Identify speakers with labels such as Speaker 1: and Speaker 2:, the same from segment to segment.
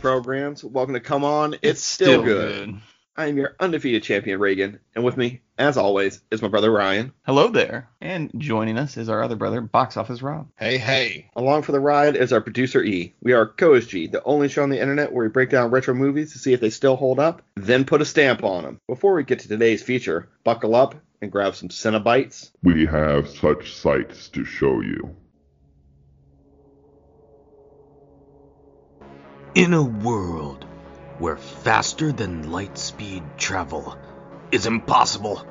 Speaker 1: programs. Welcome to Come On, It's, Still, good. I am your undefeated champion, Reagan, and with me, as always, is my brother Ryan.
Speaker 2: Hello there. And joining us is our other brother, Box Office Rob.
Speaker 3: Hey, hey.
Speaker 1: Along for the ride is our producer E. We are CoSG, the only show on the internet where we break down retro movies to see if they still hold up, then put a stamp on them. Before we get to today's feature, buckle up and grab some Cenobites.
Speaker 4: We have such sights to show you.
Speaker 5: In a world where faster than light speed travel is impossible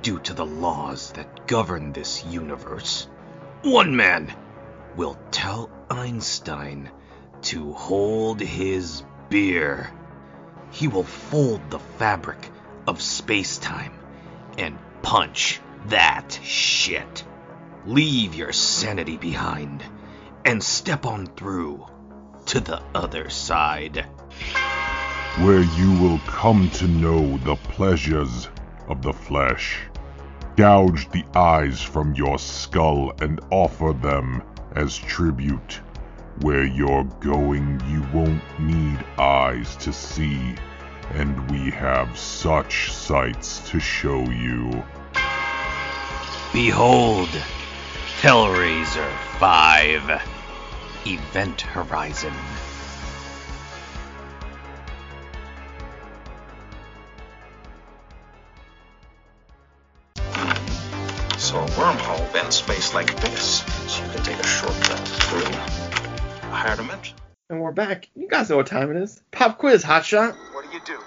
Speaker 5: due to the laws that govern this universe, one man will tell Einstein to hold his beer. He will fold the fabric of space time and punch that shit. Leave your sanity behind and step on through to the other side.
Speaker 4: where you will come to know the pleasures of the flesh. Gouge the eyes from your skull and offer them as tribute. Where you're going, you won't need eyes to see, and we have such sights to show you.
Speaker 5: Behold, Hellraiser 5 Event Horizon.
Speaker 6: So a wormhole bends space like this, so you can take a shortcut through. Hardiment?
Speaker 1: And we're back. You guys know what time it is. Pop quiz, hotshot.
Speaker 6: What do you do?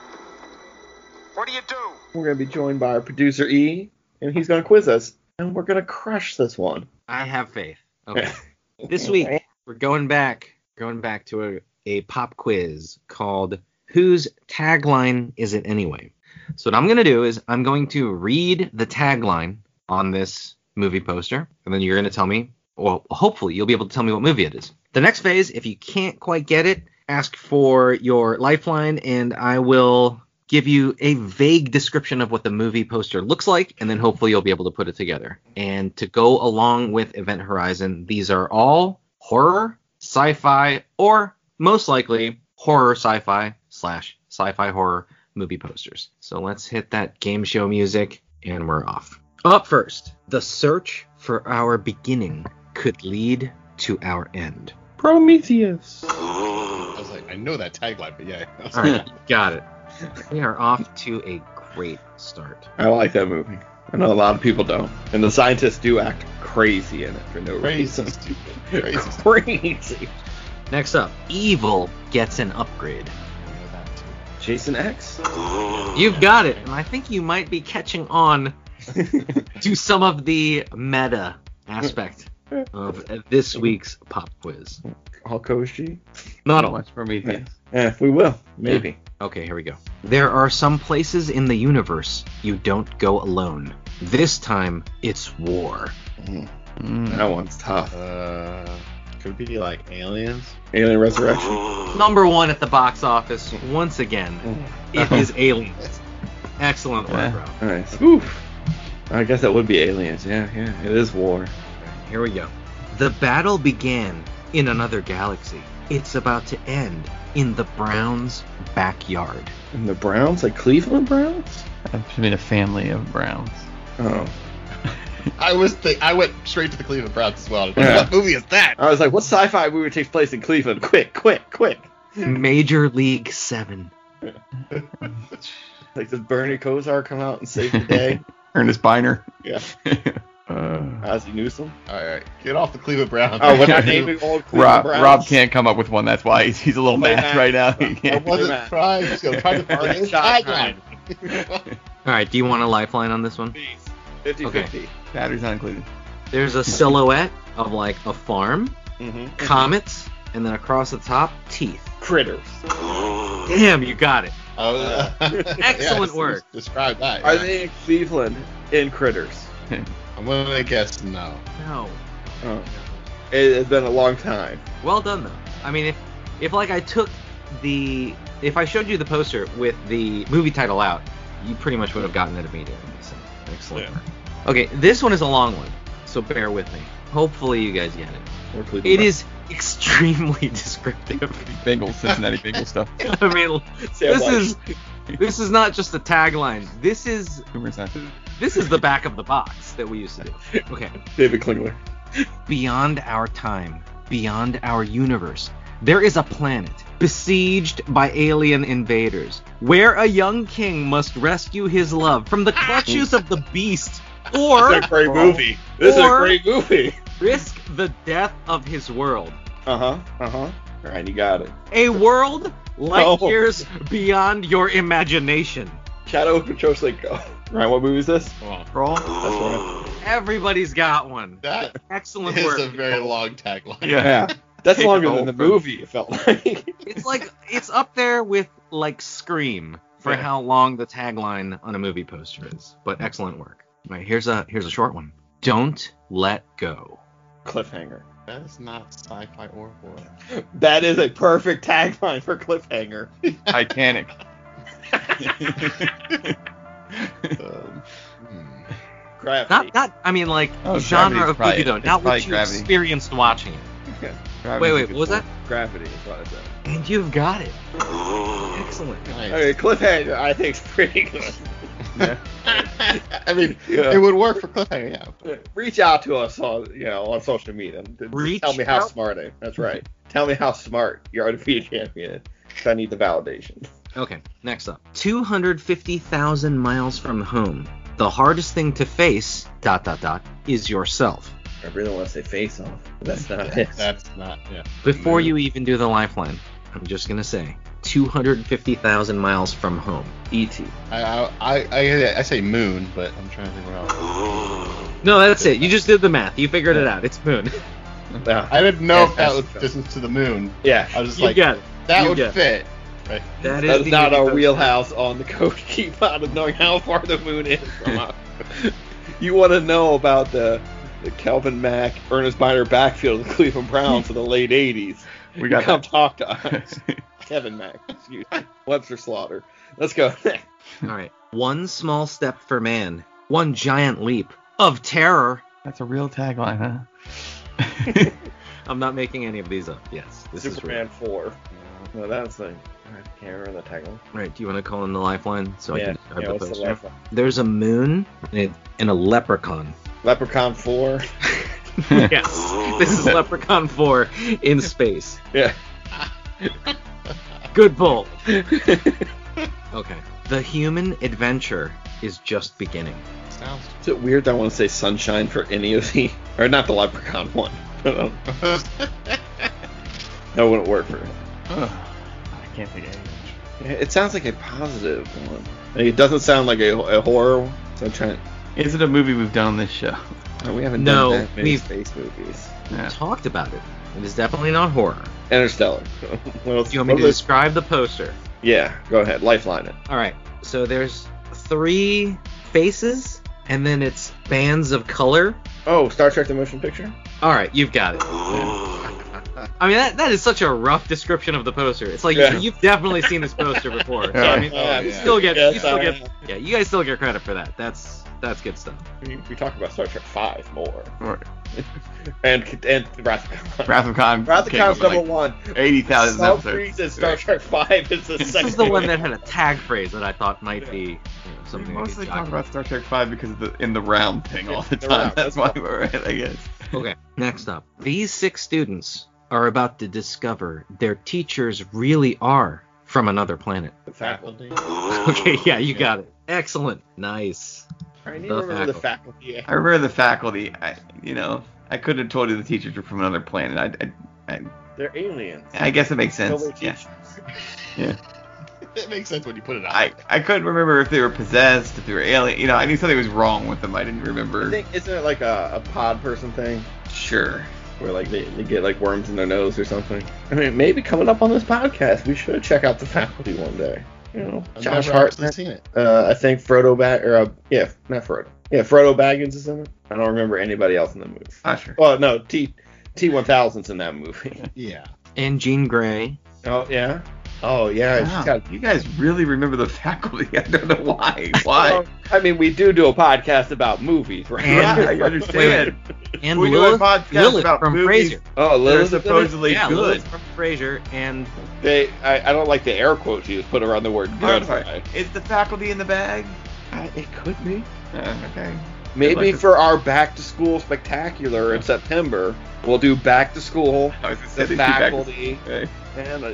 Speaker 6: What do you do?
Speaker 1: We're going to be joined by our producer E, and he's going to quiz us, and we're going to crush this one.
Speaker 7: I have faith. Okay. this week we're going back, going back to a, a pop quiz called "Whose Tagline Is It Anyway?" So what I'm gonna do is I'm going to read the tagline on this movie poster, and then you're gonna tell me. Well, hopefully you'll be able to tell me what movie it is. The next phase, if you can't quite get it, ask for your lifeline, and I will give you a vague description of what the movie poster looks like, and then hopefully you'll be able to put it together. And to go along with Event Horizon, these are all horror, sci fi, or most likely horror sci fi slash sci fi horror movie posters. So let's hit that game show music, and we're off. Up first, the search for our beginning could lead to our end.
Speaker 1: Prometheus.
Speaker 3: I was like, I know that tagline, but yeah. I was
Speaker 7: All
Speaker 3: like,
Speaker 7: right, got it. We are off to a great start.
Speaker 1: I like that movie. I know a lot of people don't, and the scientists do act crazy in it for no
Speaker 3: Crazy,
Speaker 1: reason.
Speaker 3: stupid. Crazy. stupid.
Speaker 1: crazy.
Speaker 7: Next up, evil gets an upgrade.
Speaker 3: I know that too.
Speaker 1: Jason X.
Speaker 7: You've got it, and I think you might be catching on to some of the meta aspect of this week's pop quiz.
Speaker 1: All Koji.
Speaker 7: Not all.
Speaker 2: Watch Prometheus.
Speaker 1: Eh, we will. Maybe.
Speaker 7: Okay, here we go. There are some places in the universe you don't go alone. This time, it's war.
Speaker 2: Mm.
Speaker 1: That one's tough.
Speaker 3: Uh, could be like aliens.
Speaker 1: Alien Resurrection.
Speaker 7: Number one at the box office, once again, it is Aliens. Excellent work,
Speaker 2: Yeah.
Speaker 7: Rob.
Speaker 1: Nice. Oof. I guess that would be aliens. Yeah, yeah. It is war.
Speaker 7: Here we go. The battle began in another galaxy. It's about to end in the Browns' backyard.
Speaker 1: And the Browns, like Cleveland Browns.
Speaker 2: That should be the family of Browns.
Speaker 1: Oh.
Speaker 3: I was think I went straight to the Cleveland Browns as well.
Speaker 1: Yeah.
Speaker 3: What movie is that?
Speaker 1: I was like, what sci-fi movie takes place in Cleveland? Quick, quick, quick.
Speaker 7: Major League 7.
Speaker 1: Like, does Bernie Kosar come out and save the day?
Speaker 2: Ernest Biner.
Speaker 1: Yeah.
Speaker 2: Uh,
Speaker 1: Ozzie Newsome.
Speaker 3: All right, get off the Cleveland Browns.
Speaker 1: Oh, what
Speaker 2: I
Speaker 1: are
Speaker 2: name
Speaker 1: naming old
Speaker 2: Rob,
Speaker 1: Cleveland Browns? Oh,
Speaker 2: Rob can't come up with one. That's why he's, he's a little
Speaker 1: Play
Speaker 2: mad
Speaker 1: that.
Speaker 2: right now. He
Speaker 3: I
Speaker 2: can't.
Speaker 3: wasn't
Speaker 1: Matt.
Speaker 3: trying. Just gonna try to
Speaker 1: All right,
Speaker 3: find his
Speaker 1: shot,
Speaker 3: tagline.
Speaker 7: All right, do you want a lifeline on this one?
Speaker 1: 50
Speaker 7: Okay.
Speaker 2: Batteries not included.
Speaker 7: There's a silhouette of like a farm,
Speaker 1: hmm
Speaker 7: comets, and then across the top, teeth.
Speaker 1: Critters.
Speaker 7: Damn, you got it.
Speaker 3: Oh,
Speaker 1: Uh,
Speaker 3: yeah,
Speaker 7: excellent
Speaker 3: des-
Speaker 7: work.
Speaker 3: Describe that.
Speaker 1: Are
Speaker 3: yeah.
Speaker 1: they in Cleveland in Critters?
Speaker 3: I'm gonna guess no.
Speaker 7: No.
Speaker 1: Oh. It has been a long time.
Speaker 7: Well done though. I mean, if if like I took the if I showed you the poster with the movie title out, you pretty much would have gotten it immediately. So excellent. work. Okay, this one is a long one, so bear with me. Hopefully you guys get it.
Speaker 1: Or Cleveland
Speaker 7: It
Speaker 1: Browns.
Speaker 7: is extremely descriptive.
Speaker 2: Bagel, Cincinnati bagel stuff.
Speaker 7: I mean, this is this is not just the tagline. This is
Speaker 2: Humorous not-
Speaker 7: this is the back of the box that we used to do. Okay.
Speaker 1: David Klingler.
Speaker 7: Beyond our time, beyond our universe, there is a planet besieged by alien invaders, where a young king must rescue his love from the clutches of the beast, or
Speaker 1: This is a great movie. This is a
Speaker 7: or-
Speaker 1: great movie.
Speaker 7: risk the death of his world.
Speaker 1: Uh huh. Uh huh. All right, you got it.
Speaker 7: A world light
Speaker 1: No.
Speaker 7: years beyond your imagination.
Speaker 1: Shadow of Petrosenko. Ryan, what movie is this?
Speaker 3: Well,
Speaker 2: Crawl.
Speaker 1: That's one.
Speaker 7: Everybody's got one.
Speaker 3: that
Speaker 7: Excellent
Speaker 3: is
Speaker 7: work.
Speaker 3: a very long tagline.
Speaker 2: Yeah.
Speaker 1: That's
Speaker 2: Take
Speaker 1: longer
Speaker 2: it
Speaker 1: than the
Speaker 2: over.
Speaker 1: movie. It felt like.
Speaker 7: It's like it's up there with like Scream for
Speaker 1: Yeah.
Speaker 7: how long the tagline on a movie poster is. But excellent work. Right, here's a here's a short one. Don't let go.
Speaker 1: cliffhanger.
Speaker 3: That is not sci-fi or horror.
Speaker 1: That is a perfect tagline for cliffhanger.
Speaker 2: Titanic.
Speaker 3: Um, hmm.
Speaker 1: Crap.
Speaker 7: Not not I mean like
Speaker 2: Oh,
Speaker 7: genre
Speaker 2: Gravity's
Speaker 7: of
Speaker 2: probably
Speaker 7: movie
Speaker 2: it.
Speaker 7: though,
Speaker 2: It's
Speaker 7: not
Speaker 2: probably
Speaker 7: what you
Speaker 2: Gravity.
Speaker 7: experienced watching it. Wait, wait, what was that?
Speaker 1: Gravity is what I said.
Speaker 7: And you've got it. Excellent.
Speaker 3: Nice.
Speaker 1: Okay, cliffhanger. I think it's pretty good.
Speaker 3: I mean,
Speaker 1: Yeah.
Speaker 3: it would work for cliffhanger. Yeah.
Speaker 1: Reach out to us on you know on social media. and t-
Speaker 7: Reach
Speaker 1: tell me how
Speaker 7: out?
Speaker 1: smart I. That's right. tell me how smart your undefeated champion is. 'cause I need the validation.
Speaker 7: Okay, next up. 250,000 miles from home. The hardest thing to face dot dot dot is yourself.
Speaker 1: I really want to say face off. but That's not it.
Speaker 3: That's not. Yeah.
Speaker 7: Before you even do the lifeline, I'm just gonna say 250,000 miles from home. E
Speaker 1: E.T.
Speaker 3: I, I I I I say moon, but I'm trying to think what else.
Speaker 7: No, that's it. You just did the math. You figured it out. It's moon.
Speaker 1: Yeah.
Speaker 3: I didn't know if that
Speaker 1: That's-
Speaker 3: was distance to the moon.
Speaker 1: yeah.
Speaker 3: I was just
Speaker 7: you
Speaker 3: like,
Speaker 7: got it.
Speaker 3: that
Speaker 7: you
Speaker 3: would
Speaker 7: got it.
Speaker 3: fit. Right.
Speaker 7: That is
Speaker 1: That's
Speaker 7: the
Speaker 1: not our
Speaker 7: universe.
Speaker 1: wheelhouse on the coach keep out of knowing how far the moon is from us. you want to know about the, the Kelvin Mack, Ernest Miner backfield of the Cleveland Browns in the late 80s.
Speaker 2: We got
Speaker 1: Come
Speaker 2: that.
Speaker 1: talk to us. Kevin Mack, excuse me. Webster Slaughter. Let's go.
Speaker 7: All right. One small step for man, one giant leap of terror.
Speaker 2: That's a real tagline, huh?
Speaker 7: I'm not making any of these up. Yes, this
Speaker 1: Superman
Speaker 7: is
Speaker 1: 4. No, that's the. I can't remember the tagline.
Speaker 7: real. Right. Do you want to call in the lifeline so I
Speaker 1: yeah,
Speaker 7: can describe
Speaker 1: yeah,
Speaker 7: the
Speaker 1: what's the
Speaker 7: poster?
Speaker 1: last one?
Speaker 7: There's a moon and a, and a leprechaun.
Speaker 1: Leprechaun 4.
Speaker 7: Yes. this is Leprechaun 4 in space.
Speaker 1: Yeah.
Speaker 7: Good pull. okay. The human adventure is just beginning.
Speaker 3: Sounds.
Speaker 1: Is it weird that I want to say sunshine for any of the. Or not the Leprechaun one. That wouldn't work for it.
Speaker 2: I can't think of any.
Speaker 1: It sounds like a positive one. Like, It doesn't sound like a, a horror. one, So I'm trying.
Speaker 2: Is it a movie we've done on this show?
Speaker 1: No, we haven't
Speaker 7: No,
Speaker 1: done that many
Speaker 7: we've-
Speaker 1: space movies.
Speaker 2: Yeah.
Speaker 7: Talked about it. It is definitely not horror.
Speaker 1: Interstellar. what else?
Speaker 7: Do you want me
Speaker 1: what
Speaker 7: to
Speaker 1: was-
Speaker 7: describe the poster?
Speaker 1: Yeah, go ahead. Lifeline it.
Speaker 7: All right. So there's three faces and then it's bands of color.
Speaker 1: Oh, Star Trek: The Motion Picture.
Speaker 7: All right, you've got it. I mean, that, that is such a rough description of the poster. It's like
Speaker 1: Yeah.
Speaker 7: you've definitely seen this poster before. So, I mean,
Speaker 3: Oh,
Speaker 1: we
Speaker 3: yeah.
Speaker 7: still get-
Speaker 1: yes,
Speaker 7: you still
Speaker 1: I
Speaker 7: get- yeah, you guys still get credit for that. That's that's good stuff.
Speaker 1: We, we talk about Star Trek Five more,
Speaker 2: Or
Speaker 1: and and Wrath of Khan.
Speaker 2: Wrath of Khan.
Speaker 1: Wrath of
Speaker 2: came
Speaker 1: Khan's
Speaker 2: up with
Speaker 1: number one.
Speaker 2: like 80,000
Speaker 1: Salt
Speaker 2: episodes.
Speaker 1: Freeze and Star Trek Five is the
Speaker 7: This
Speaker 1: second.
Speaker 7: is the one that had a tag phrase that I thought might be you know,
Speaker 2: We
Speaker 7: something.
Speaker 2: mostly
Speaker 7: to
Speaker 2: talk about Star Trek 5 because of the in the round thing all the
Speaker 1: The
Speaker 2: time.
Speaker 1: round,
Speaker 2: That's
Speaker 1: that's
Speaker 2: why we're right, I guess.
Speaker 7: Okay, next up. These six students are about to discover their teachers really are from another planet.
Speaker 1: The faculty.
Speaker 7: Okay, yeah, you got it. Excellent. Nice.
Speaker 1: I need
Speaker 7: The
Speaker 1: to remember the faculty.
Speaker 2: I remember the faculty. I, you know, I could have told you the teachers were from another planet. I,
Speaker 1: They're aliens.
Speaker 2: I, I guess it makes sense.
Speaker 1: Nobody
Speaker 2: Yeah.
Speaker 1: teaches.
Speaker 3: It makes sense when you put it on.
Speaker 2: I, I couldn't remember if they were possessed, if they were alien. You know, I knew something was wrong with them. I didn't remember.
Speaker 1: I think isn't it like a, a pod person thing
Speaker 2: Sure.
Speaker 1: where like they, they get like worms in their nose or something? I mean, maybe coming up on this podcast, we should check out the faculty one day. You know,
Speaker 3: I've
Speaker 1: Josh
Speaker 3: never actually
Speaker 1: Hartnett.
Speaker 3: seen it.
Speaker 1: Uh, I think Frodo Bag or uh, yeah, not Frodo. Yeah, Frodo Baggins is in it. I don't remember anybody else in the movie.
Speaker 2: Ah, sure.
Speaker 1: Well, no, T T one thousand's in that movie.
Speaker 3: Yeah.
Speaker 7: And Jean Grey
Speaker 1: Oh yeah, Oh yeah, she's
Speaker 2: Wow,
Speaker 1: got-
Speaker 2: you guys really remember the faculty. I don't know why. Why?
Speaker 1: Well, I mean, we do do a podcast about movies, right?
Speaker 2: yeah, I understand.
Speaker 7: And
Speaker 2: We do a
Speaker 7: Lilith,
Speaker 2: podcast
Speaker 7: Lilith
Speaker 2: about
Speaker 7: from
Speaker 2: movies.
Speaker 7: Frasier.
Speaker 1: Oh,
Speaker 2: They're
Speaker 1: Lilith.
Speaker 2: supposedly
Speaker 7: yeah,
Speaker 2: good.
Speaker 7: Lilith from Frasier, and
Speaker 1: They, I, I don't like the air quotes you just put around the word
Speaker 2: Oh, I'm
Speaker 1: good.
Speaker 2: sorry.
Speaker 1: right?
Speaker 2: Is the faculty in the bag?
Speaker 1: Uh, it could be.
Speaker 2: Uh, okay.
Speaker 1: Maybe
Speaker 2: luck.
Speaker 1: for our back to school spectacular in September, we'll do back to school,
Speaker 2: I was gonna say
Speaker 1: the
Speaker 2: they do bag-
Speaker 1: faculty,
Speaker 2: Okay.
Speaker 1: and uh,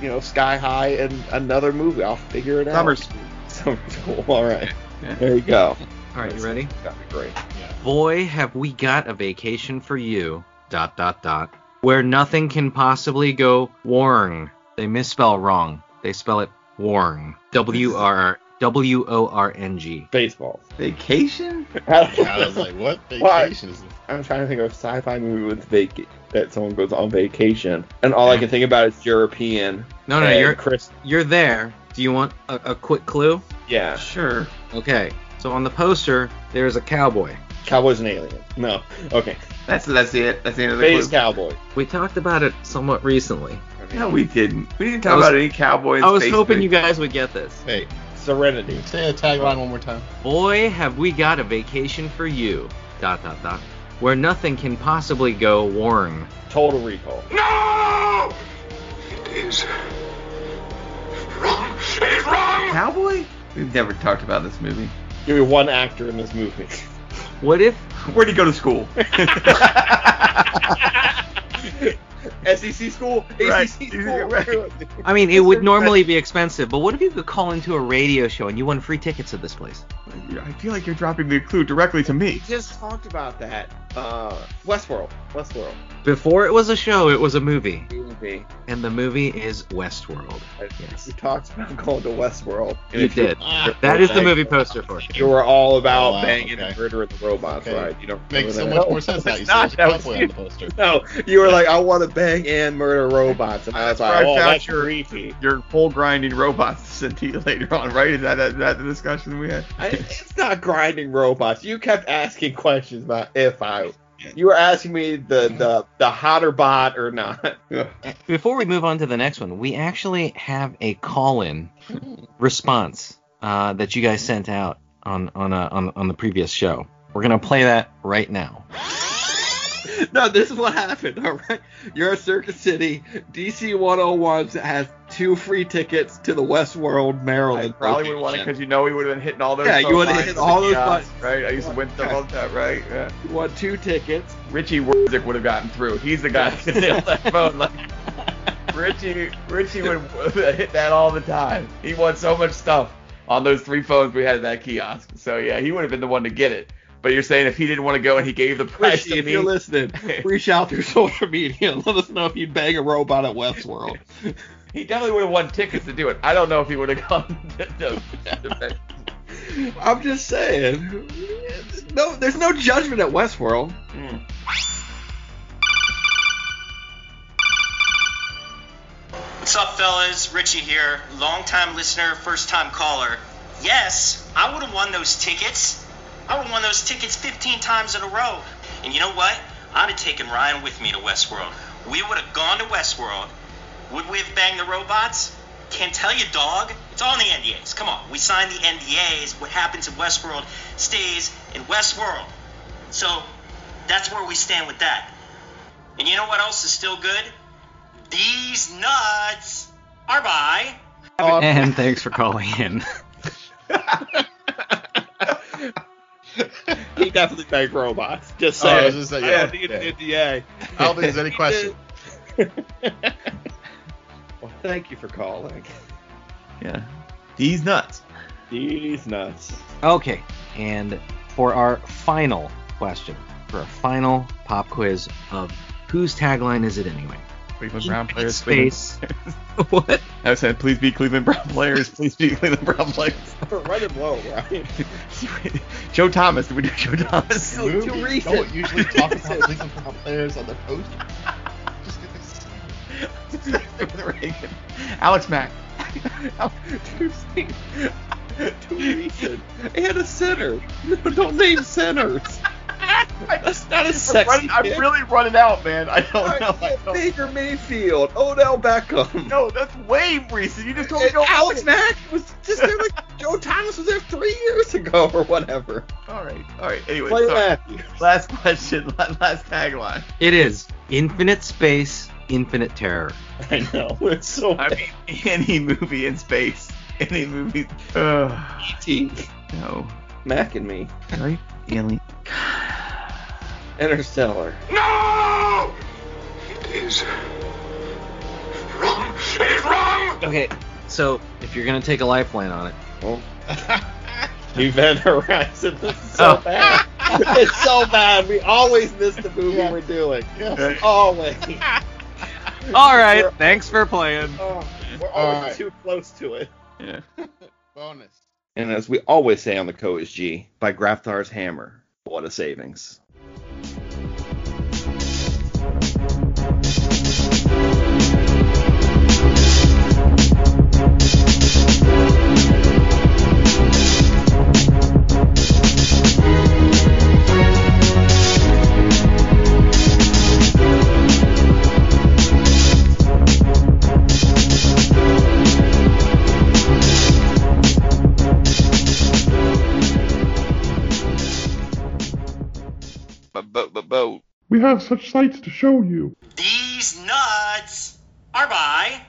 Speaker 1: you know, Sky High, and another movie. I'll figure it
Speaker 2: Summer
Speaker 1: out.
Speaker 2: school.
Speaker 1: Summer school. All right.
Speaker 2: Yeah.
Speaker 1: There you go.
Speaker 7: all right, you ready?
Speaker 1: That'd be great.
Speaker 7: Boy, have we got a vacation for you. Dot dot dot. Where nothing can possibly go wrong. They misspell wrong. They spell it wrong. W R W O R N G.
Speaker 1: Baseball.
Speaker 2: Vacation?
Speaker 3: Yeah, I was like, what
Speaker 1: Why?
Speaker 3: vacation is this?
Speaker 1: I'm trying to think of a sci-fi movie with vac- that someone goes on vacation, and all I can think about is European.
Speaker 7: No, no,
Speaker 1: and
Speaker 7: you're
Speaker 1: Chris.
Speaker 7: you're there. Do you want a, a quick clue?
Speaker 1: Yeah,
Speaker 2: Sure.
Speaker 7: Okay. So on the poster, there is a cowboy.
Speaker 1: Cowboys and Aliens. No, okay,
Speaker 2: That's that's it. That's the end of the
Speaker 1: Space
Speaker 2: clue.
Speaker 1: Cowboy.
Speaker 7: We talked about it somewhat recently.
Speaker 2: No, we didn't. We didn't talk
Speaker 7: I was-
Speaker 2: about any cowboys.
Speaker 7: I was
Speaker 2: space
Speaker 7: hoping you
Speaker 2: movies.
Speaker 7: guys would get this.
Speaker 3: Wait,
Speaker 1: Serenity.
Speaker 3: say the tagline one more time.
Speaker 7: Boy, have we got a vacation for you. Dot dot dot. Where nothing can possibly go wrong.
Speaker 1: Total Recall.
Speaker 6: No! It is wrong. It is wrong!
Speaker 2: cowboy. We've never talked about this movie.
Speaker 1: Give me one actor in this movie.
Speaker 7: What if
Speaker 2: Where'd he go to school?
Speaker 3: E
Speaker 1: SEC school, ACC
Speaker 2: Right.
Speaker 1: school.
Speaker 2: Right.
Speaker 7: I mean, it would
Speaker 2: Listen,
Speaker 7: normally be expensive, but what if you could call into a radio show and you won free tickets to this place?
Speaker 2: I feel like you're dropping the clue directly to me.
Speaker 1: Just talked about that. Uh, Westworld. Westworld.
Speaker 7: Before it was a show, it was a movie,
Speaker 1: Movie.
Speaker 7: and the movie is Westworld. Yes.
Speaker 1: We talked about going to Westworld. And
Speaker 7: You
Speaker 1: if you're
Speaker 7: did.
Speaker 3: Ah,
Speaker 7: That is the movie poster for it.
Speaker 1: You were all about
Speaker 3: Oh, wow,
Speaker 1: banging and
Speaker 3: okay.
Speaker 1: murdering the robots,
Speaker 3: Okay.
Speaker 1: right? You don't
Speaker 3: makes so
Speaker 1: remember
Speaker 3: much more sense now. You
Speaker 1: it's
Speaker 3: see there's a
Speaker 1: not. That was
Speaker 3: cowboy on the poster.
Speaker 1: that? No, you were like, I want to bang and murder robots, and I was like,
Speaker 2: Right,
Speaker 1: oh,
Speaker 2: that's
Speaker 1: that's
Speaker 2: your-
Speaker 1: creepy.
Speaker 2: Your full grinding robots to send to you later on, right? Is that, that, that the discussion we had?
Speaker 1: I, it's not grinding robots. You kept asking questions about if I. You were asking me the the the hotter bot or not.
Speaker 7: Eh, Before we move on to the next one, we actually have a call-in response uh, that you guys sent out on on, a, on on the previous show. We're gonna play that right now.
Speaker 1: no, this is what happened. All right, you're at Circus City. DC 101 has two free tickets to the Westworld
Speaker 2: I
Speaker 1: Maryland.
Speaker 2: probably would want it
Speaker 1: location.
Speaker 2: because you know we would have been hitting all those.
Speaker 1: Yeah, you
Speaker 2: phone
Speaker 1: would've
Speaker 2: lines
Speaker 1: hit
Speaker 2: with
Speaker 1: all
Speaker 2: the
Speaker 1: those
Speaker 2: kiosks,
Speaker 1: buttons.
Speaker 2: right? I used to win stuff all the time, right? Yeah.
Speaker 1: You want two tickets.
Speaker 2: Richie Wurzik would have gotten through. He's the guy that could nail that phone. Like Richie, Richie would hit that all the time. He won so much stuff on those three phones we had at that kiosk. So yeah, he would have been the one to get it. But you're saying if he didn't want to go and he gave the price
Speaker 1: Richie,
Speaker 2: to
Speaker 1: if
Speaker 2: me,
Speaker 1: you're listening, reach out through social media and let us know if you'd bang a robot at Westworld.
Speaker 2: he definitely would have won tickets to do it. I don't know if he would have gone. To, to-
Speaker 1: I'm just saying. No, there's no judgment at Westworld.
Speaker 2: Hmm.
Speaker 8: What's up, fellas? Richie here, longtime listener, first time caller. Yes, I would have won those tickets. I would have won those tickets 15 times in a row. And you know what? I'd have taken Ryan with me to Westworld. We would have gone to Westworld. Would we have banged the robots? Can't tell you, dog. It's all in the NDAs. Come on, we signed the NDAs. What happens in Westworld stays in Westworld. So that's where we stand with that. And you know what else is still good? These nuts are by.
Speaker 1: Um,
Speaker 7: And thanks for calling in.
Speaker 1: He definitely banged robots. Just
Speaker 3: Oh, I
Speaker 1: saying.
Speaker 3: was just saying,
Speaker 1: I don't
Speaker 3: yeah.
Speaker 1: need
Speaker 3: Yeah.
Speaker 1: an NDA.
Speaker 3: I don't think there's any question.
Speaker 1: well, thank you for calling.
Speaker 2: yeah, these nuts.
Speaker 1: These nuts.
Speaker 7: Okay, and for our final question, for our final pop quiz of whose tagline is it anyway?
Speaker 2: Cleveland Brown
Speaker 7: Infinite
Speaker 2: players. Cleveland-
Speaker 7: Space. what?
Speaker 2: I said, please be Cleveland Brown players. Please be Cleveland Brown players.
Speaker 1: Run and blow, right?
Speaker 2: Joe Thomas. Did we do Joe Thomas?
Speaker 1: Too
Speaker 3: Movie.
Speaker 1: recent.
Speaker 3: Don't usually talk about Cleveland Brown players on their poster. Just get this-
Speaker 2: Alex Mack.
Speaker 1: Too recent. Too recent. And a sinner. No, don't name sinners.
Speaker 2: I just,
Speaker 1: Not a
Speaker 2: I'm,
Speaker 1: sexy
Speaker 2: running, I'm
Speaker 1: pick.
Speaker 2: really running out, man. I
Speaker 3: Oh,
Speaker 2: don't know. I don't,
Speaker 1: Baker Mayfield, Odell Beckham.
Speaker 2: no, that's way recent. You just told me
Speaker 1: And
Speaker 2: go.
Speaker 1: Alex Mack was just there like Joe Thomas was there three years ago or whatever.
Speaker 2: All right, all right. Anyway,
Speaker 1: Clay
Speaker 2: sorry.
Speaker 1: Matthews.
Speaker 2: last question, la- last tagline.
Speaker 7: It is infinite space, infinite terror.
Speaker 1: I know. It's so
Speaker 2: I mean, any movie in space, any movie. Ugh,
Speaker 1: uh, E T.
Speaker 2: no,
Speaker 1: Mack and me.
Speaker 2: right? Alien.
Speaker 1: Interstellar.
Speaker 6: No! It is wrong. It is wrong!
Speaker 7: Okay, so if you're gonna take a lifeline on it,
Speaker 1: Oh. Event Horizon. This is so
Speaker 7: Oh.
Speaker 1: bad. it's so bad. We always miss the movie
Speaker 3: Yeah.
Speaker 1: we're doing.
Speaker 3: Yes.
Speaker 1: Always.
Speaker 7: all right, thanks for playing.
Speaker 1: Oh, we're
Speaker 3: All
Speaker 1: always
Speaker 3: right.
Speaker 1: too close to it.
Speaker 2: Yeah.
Speaker 3: Bonus.
Speaker 1: And as we always say on the Co is G, by Graftar's Hammer, what a savings.
Speaker 2: But but but but.
Speaker 4: We have such sights to show you.
Speaker 8: These nuts are by